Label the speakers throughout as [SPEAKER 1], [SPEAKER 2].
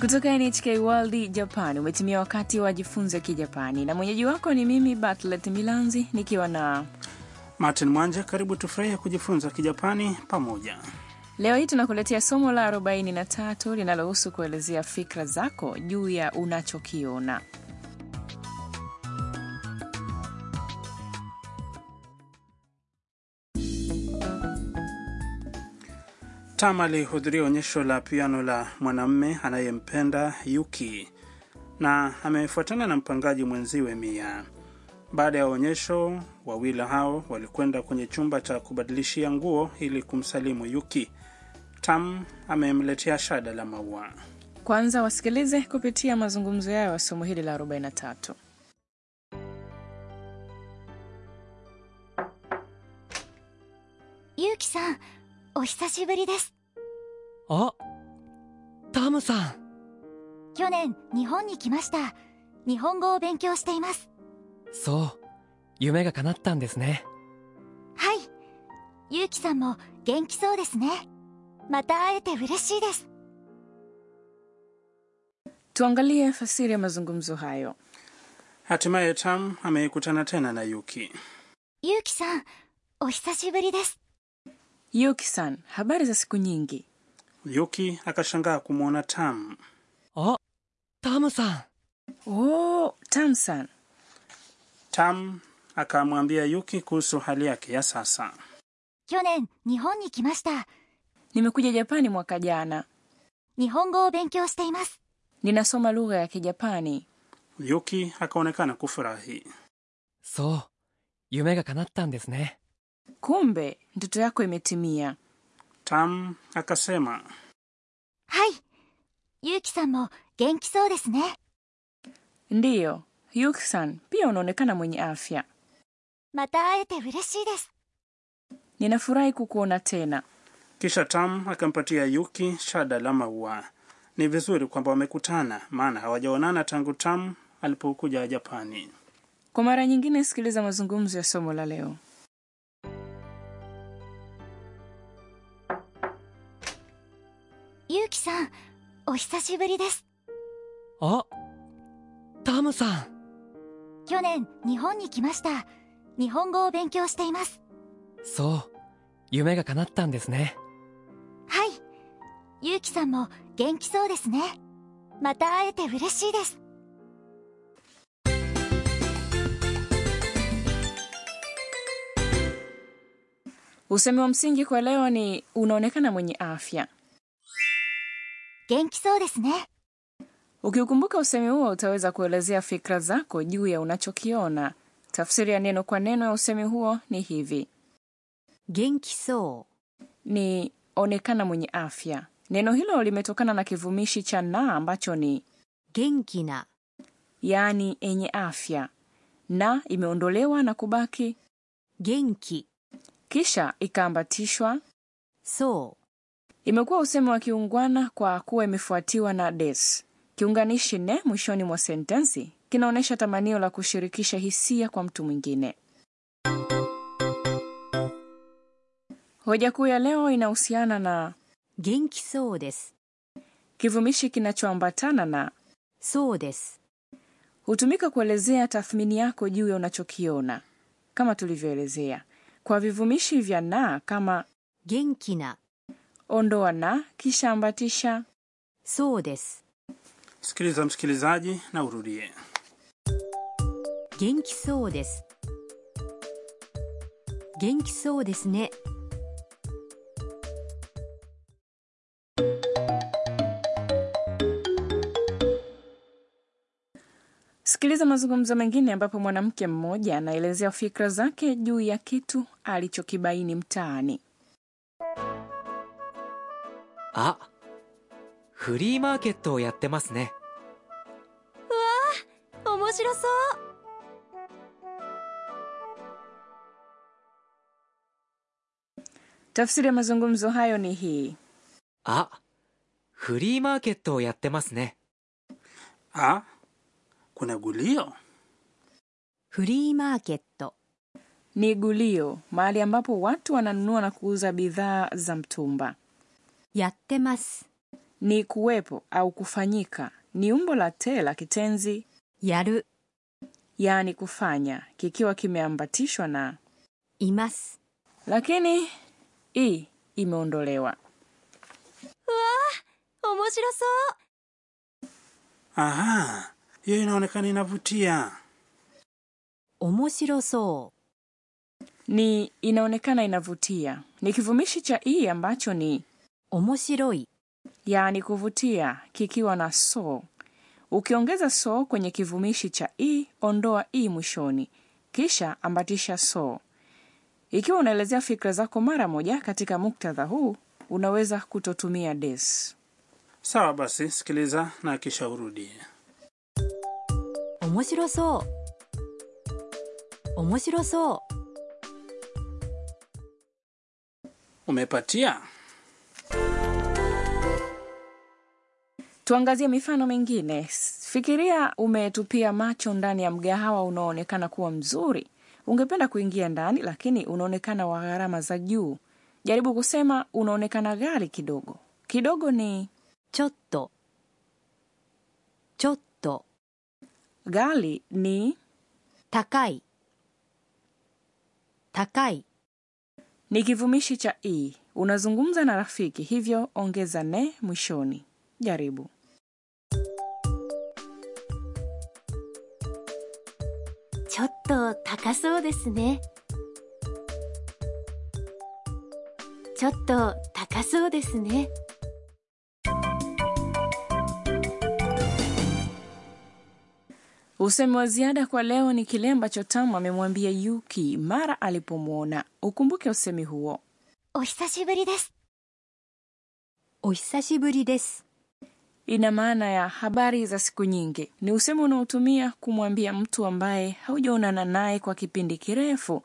[SPEAKER 1] kutoka NHK World Japan. Umetimia wakati wa jifunze Kijapani, na mwenyeji wako ni mimi Bartlet Milanzi nikiwa na
[SPEAKER 2] Martin Mwanja. Karibu tufurahia kujifunza Kijapani pamoja.
[SPEAKER 1] Leo hii tunakuletea somo la 43 linalohusu kuelezea fikra zako juu ya unachokiona.
[SPEAKER 2] Tam alihudhuria onyesho la piano la mwanamume anayempenda Yuki na amefuatana na mpangaji mwenziwe Mia. Baada ya onyesho, wawili hao walikwenda kwenye chumba cha kubadilishia nguo ili kumsalimu Yuki. Tam amemletea shada la maua.
[SPEAKER 1] Kwanza wasikilize kupitia mazungumzo yao ya somo hili la 43.
[SPEAKER 3] ゆうきさんお久しぶりです
[SPEAKER 4] あタムさん
[SPEAKER 3] 去年日本に来ました日本語を勉強しています
[SPEAKER 4] そう夢が叶ったんですね
[SPEAKER 3] はいゆうきさんも元気そうですねまた会えて嬉しいです
[SPEAKER 1] Tuangalie fasiri ya mazungumzo hayo.
[SPEAKER 2] Hatimaye Tam amekutana tena na Yuki.
[SPEAKER 3] ゆうきさんお久しぶりです
[SPEAKER 1] Yuki-san, habari za siku nyingi.
[SPEAKER 2] Yuki akashangaa kumwona Tam.
[SPEAKER 4] あタムさん
[SPEAKER 1] Oh, Tam-san,
[SPEAKER 2] Tam akamwambia Yuki kuhusu hali yake ya sasa.
[SPEAKER 3] 去年日本に来ました
[SPEAKER 1] nimekuja Japani mwaka jana,
[SPEAKER 3] 日本語を勉強しています
[SPEAKER 1] ninasoma lugha ya Kijapani.
[SPEAKER 2] Yuki akaonekana kufurahi.
[SPEAKER 4] そう夢が叶ったんですね
[SPEAKER 1] Kumbe ndoto yako imetimia.
[SPEAKER 2] Tam akasema
[SPEAKER 3] はいゆうきさんも元気そうですね
[SPEAKER 1] Ndiyo, Yuki-san, pia unaonekana mwenye afya.
[SPEAKER 3] また会えて嬉しいです
[SPEAKER 1] Ninafurahi kukuona tena.
[SPEAKER 2] Kisha Tam akampatia Yuki shada la maua. Ni vizuri kwamba wamekutana, maana hawajaonana tangu Tam alipokuja Japani.
[SPEAKER 1] Kwa mara nyingine, sikiliza mazungumzo ya somo la leo.
[SPEAKER 3] ゆうきさんお久しぶりです
[SPEAKER 4] あタムさん
[SPEAKER 3] 去年日本に来ました日本語を勉強しています
[SPEAKER 4] そう夢が叶ったんですね
[SPEAKER 3] はい。ゆうきさんも元気そうですね。また会えて嬉しいです。
[SPEAKER 1] Usemi wa msingi kwa leo ni unaonekana mwenye afya.
[SPEAKER 3] 元気そうですね。
[SPEAKER 1] Ukiukumbuka usemi huo, utaweza kuelezea fikra zako juu ya unachokiona. Tafsiri ya neno kwa neno ya usemi huo ni hivi:
[SPEAKER 5] 元気そ
[SPEAKER 1] ni onekana mwenye afya. Neno hilo limetokana na kivumishi cha na ambacho ni
[SPEAKER 5] う元気な
[SPEAKER 1] yaani yenye afya, na imeondolewa na kubaki,
[SPEAKER 5] 元気
[SPEAKER 1] kisha ikaambatishwa.
[SPEAKER 5] そ
[SPEAKER 1] Imekuwa usemi wa kiungwana kwa kuwa imefuatiwa na des. Kiunganishi ne mwishoni mwa sentensi kinaonyesha tamanio la kushirikisha hisia kwa mtu mwingine. Hoja kuu ya leo inahusiana na
[SPEAKER 5] う元気そうです
[SPEAKER 1] kivumishi kinachoambatana na
[SPEAKER 5] そうです
[SPEAKER 1] hutumika kuelezea tathmini yako juu ya unachokiona kama tulivyoelezea kwa vivumishi vya na kama
[SPEAKER 5] 元気な
[SPEAKER 1] ondoa na kisha ambatisha
[SPEAKER 5] そうです
[SPEAKER 2] Sikiliza msikilizaji na urudie.
[SPEAKER 5] 元気そうです元気そうですね
[SPEAKER 1] Sikiliza mazungumzo mengine ambapo mwanamke mmoja anaelezea fikra zake juu ya kitu alichokibaini mtaani.
[SPEAKER 6] あフリーマーケットをやってますね
[SPEAKER 3] 面白そう。
[SPEAKER 1] Tafsiri ya mazungumzo hayo ni hii:
[SPEAKER 6] あフリーマーケットをやってますね
[SPEAKER 2] A, kuna gulio?
[SPEAKER 5] フリーマーケット
[SPEAKER 1] ni gulio, mahali ambapo watu wananunua na kuuza bidhaa za mtumba.
[SPEAKER 5] やってます
[SPEAKER 1] ni kuwepo au kufanyika ni umbo la te la kitenzi
[SPEAKER 5] やる、
[SPEAKER 1] yaani kufanya kikiwa kimeambatishwa na
[SPEAKER 5] います。
[SPEAKER 1] lakini i imeondolewa
[SPEAKER 3] 面白そう
[SPEAKER 2] aha hiyo inaonekana inavutia
[SPEAKER 5] 面白そ
[SPEAKER 1] ni inaonekana inavutia ni kivumishi cha i ambacho ni
[SPEAKER 5] う。面白い、
[SPEAKER 1] yaani kuvutia kikiwa na so ukiongeza so kwenye kivumishi cha i ondoa i mwishoni kisha ambatisha so ikiwa unaelezea fikra zako mara moja katika muktadha huu unaweza kutotumia des
[SPEAKER 2] sawa basi sikiliza na kisha urudie
[SPEAKER 5] 面白そう。面白そ
[SPEAKER 2] umepatia
[SPEAKER 1] tuangazie mifano mingine S- fikiria umetupia macho ndani ya mgahawa unaoonekana kuwa mzuri ungependa kuingia ndani lakini unaonekana wa gharama za juu jaribu kusema unaonekana ghali kidogo kidogo ni
[SPEAKER 5] う。ちょっと、ちょっと、
[SPEAKER 1] ghali ni
[SPEAKER 5] 高い、高い、
[SPEAKER 1] ni kivumishi cha i unazungumza na rafiki hivyo ongeza ne mwishoni jaribu
[SPEAKER 3] ちょっと高そうですねちょっと高そうですね
[SPEAKER 1] usemi wa ziada kwa leo ni kile ambacho tamu amemwambia yuki mara alipomwona ukumbuke usemi huo
[SPEAKER 3] お久しぶりです
[SPEAKER 5] お久しぶりです。
[SPEAKER 1] ina maana ya habari za siku nyingi ni usemi unaotumia kumwambia mtu ambaye haujaonana naye kwa kipindi kirefu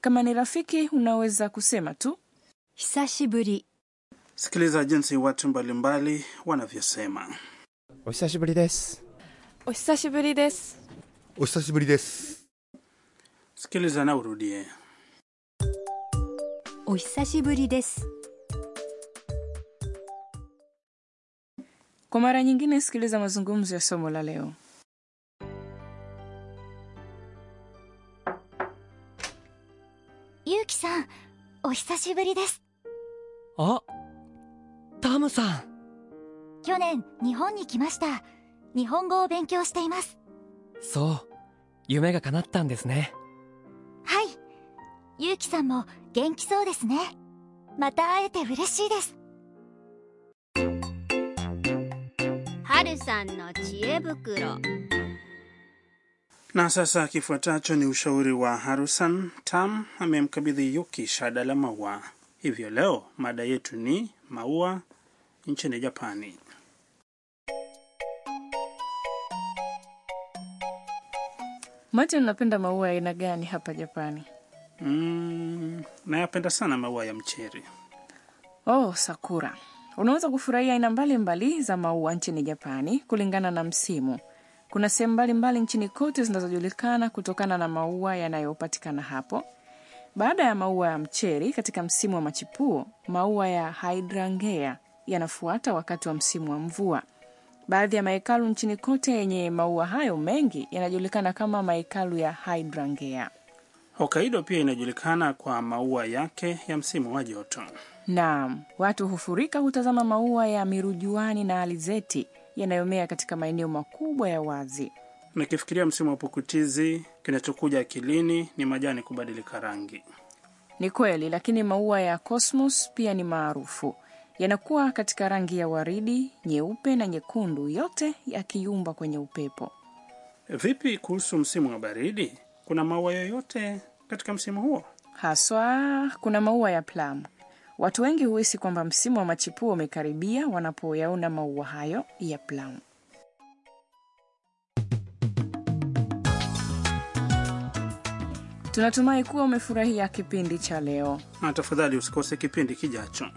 [SPEAKER 1] kama ni rafiki unaweza kusema tu
[SPEAKER 5] 久しぶり、
[SPEAKER 2] sikiliza jinsi watu mbalimbali wanavyosema
[SPEAKER 7] お久しぶりです
[SPEAKER 8] お久しぶりです
[SPEAKER 9] お久しぶりです。
[SPEAKER 2] sikiliza na urudie
[SPEAKER 5] お久しぶりです。
[SPEAKER 1] kwa mara nyingine sikiliza mazungumzo ya somo la leo
[SPEAKER 3] ゆうきさんお久しぶりです
[SPEAKER 4] あタムさん
[SPEAKER 3] 去年日本に来ました日本語を勉強しています
[SPEAKER 4] そう夢が叶ったんですね
[SPEAKER 3] はいゆうきさんも元気そうですねまた会えて嬉しいです
[SPEAKER 10] はるさんの知恵袋
[SPEAKER 2] na sasa kifuatacho ni ushauri wa harusan tam amemkabidhi yuki shada la maua hivyo leo mada yetu ni maua nchini japani
[SPEAKER 1] martin unapenda maua ya aina gani hapa japani
[SPEAKER 2] mm, nayapenda sana maua ya mcheri
[SPEAKER 1] Oh, sakura. Unaweza kufurahia aina mbalimbali za maua nchini Japani kulingana na msimu. Kuna sehemu mbalimbali nchini kote zinazojulikana kutokana na maua yanayopatikana hapo. Baada ya maua ya mcheri katika msimu wa machipuo, maua ya hydrangea yanafuata wakati wa msimu wa mvua. Baadhi ya mahekalu nchini kote yenye maua hayo mengi yanajulikana kama mahekalu ya hydrangea.
[SPEAKER 2] hokaido pia inajulikana kwa maua yake ya msimu wa joto
[SPEAKER 1] Naam, watu hufurika hutazama maua ya mirujuani na alizeti yanayomea katika maeneo makubwa ya wazi.
[SPEAKER 2] nikifikiria msimu wa pukutizi kinachokuja akilini ni majani kubadilika rangi
[SPEAKER 1] Ni kweli, lakini maua ya cosmos pia ni maarufu. Yanakuwa katika rangi ya waridi, nyeupe na nyekundu, yote yakiyumba kwenye upepo.
[SPEAKER 2] vipi kuhusu msimu wa baridi kuna maua yoyote katika msimu huo
[SPEAKER 1] Haswa kuna maua ya plum. Watu wengi huhisi kwamba msimu wa machipuo umekaribia wanapoyaona maua hayo ya plum. Tunatumai kuwa umefurahia kipindi cha leo.
[SPEAKER 2] na tafadhali usikose kipindi kijacho